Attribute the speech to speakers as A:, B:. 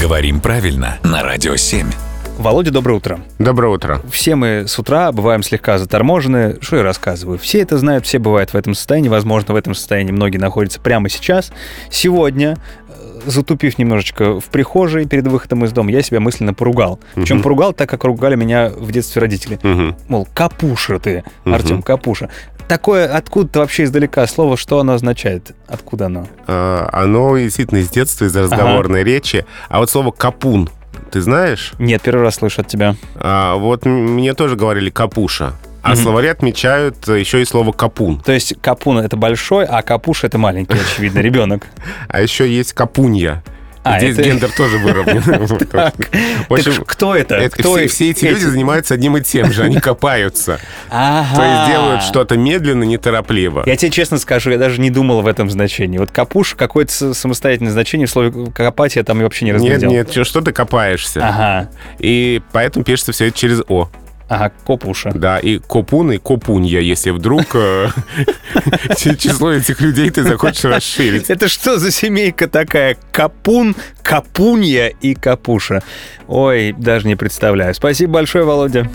A: Говорим правильно на Радио 7.
B: Володя, доброе утро.
C: Доброе утро.
B: Все мы с утра бываем слегка заторможены, что я рассказываю. Все это знают, все бывают в этом состоянии. Возможно, в этом состоянии многие находятся прямо сейчас. Сегодня, э, затупив немножечко в прихожей перед выходом из дома, я себя мысленно поругал. Причем поругал так, как ругали меня в детстве родители.
C: Мгм.
B: Мол, капуша ты, Артем, капуша. Такое откуда-то вообще издалека слово, что оно означает? Откуда оно?
C: А, Оно действительно из детства, из разговорной речи. А вот слово «капун» ты знаешь?
B: Нет, первый раз слышу от тебя.
C: А, вот м- мне тоже говорили «капуша». А словари отмечают э, еще и слово «капун».
B: То есть капун это большой, а капуша это маленький, очевидно, ребенок.
C: А еще есть «капунья».
B: А,
C: Здесь
B: это-
C: гендер тоже выровнен. В
B: Так
C: общем,
B: ш- кто это?
C: это
B: кто
C: все,
B: их-
C: все эти люди занимаются одним и тем же, они копаются.
B: Ага.
C: То есть делают что-то медленно, неторопливо.
B: Я тебе честно скажу, я даже не думал в этом значении. Вот капуш какое-то с- самостоятельное значение в слове копать я там и вообще не
C: Нет,
B: разглядел.
C: нет, чё- что ты копаешься?
B: Ага.
C: И поэтому пишется все это через «о».
B: Ага, копуша.
C: Да, и копун, и копунья, если вдруг э, ч- число этих людей ты захочешь расширить.
B: Это что за семейка такая? Капун, капунья и капуша. Ой, даже не представляю. Спасибо большое, Володя.